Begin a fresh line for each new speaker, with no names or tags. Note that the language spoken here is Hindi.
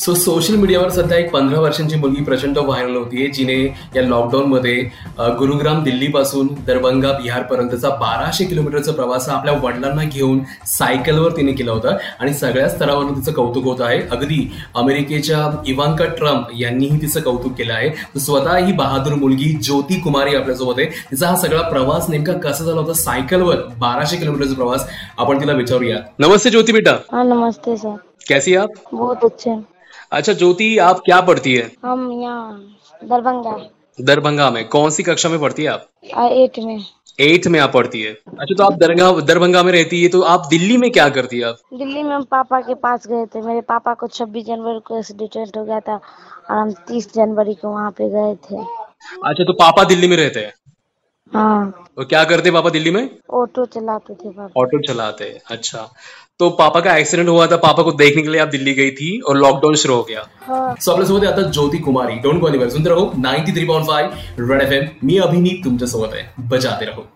सो सोशल मीडियावर सध्या एक पंधरा वर्षांची मुलगी प्रचंड व्हायरल होतीये जिने या लॉकडाऊनमध्ये अ, गुरुग्राम दिल्लीपासून दरभंगा बिहारपर्यंतचा बाराशे किलोमीटरचा प्रवास हा आपल्या वडिलांना घेऊन सायकलवर तिने केला होता आणि सगळ्या स्तरावरून तिचं कौतुक होत आहे अगदी अमेरिकेच्या इवांका ट्रम्प यांनीही तिचं कौतुक केलं आहे तर स्वतः ही बहादूर मुलगी ज्योती कुमारी आपल्यासोबत आहे तिचा हा सगळा प्रवास नेमका कसा झाला होता सायकलवर बाराशे किलोमीटरचा प्रवास आपण तिला विचारूया नमस्ते ज्योती बेटा
हाँ नमस्ते सर
कैसी आप
बहुत अच्छे हैं।
अच्छा ज्योति आप क्या पढ़ती है
हम यहाँ दरभंगा
दरभंगा में कौन सी कक्षा में पढ़ती है आप
एट में
एट्थ में आप पढ़ती है अच्छा तो आप दरगा दरभंगा में रहती है तो आप दिल्ली में क्या करती है आप
दिल्ली में हम पापा के पास गए थे मेरे पापा को 26 जनवरी को एक्सीडेंट हो गया था और हम 30 जनवरी को वहाँ पे गए थे
अच्छा तो पापा दिल्ली में रहते हैं
हाँ
तो क्या करते हैं पापा दिल्ली में
ऑटो चलाते थे पापा
ऑटो चलाते हैं अच्छा तो पापा का एक्सीडेंट हुआ था पापा को देखने के लिए आप दिल्ली गई थी और लॉकडाउन शुरू हो गया
हाँ
सो आपल्यासोबत आहे आता Jyoti Kumari don't go anywhere सुंदर हो ninety three point five red F M मी अभिनीत तुमच्यासोबत आहे बजाते रहो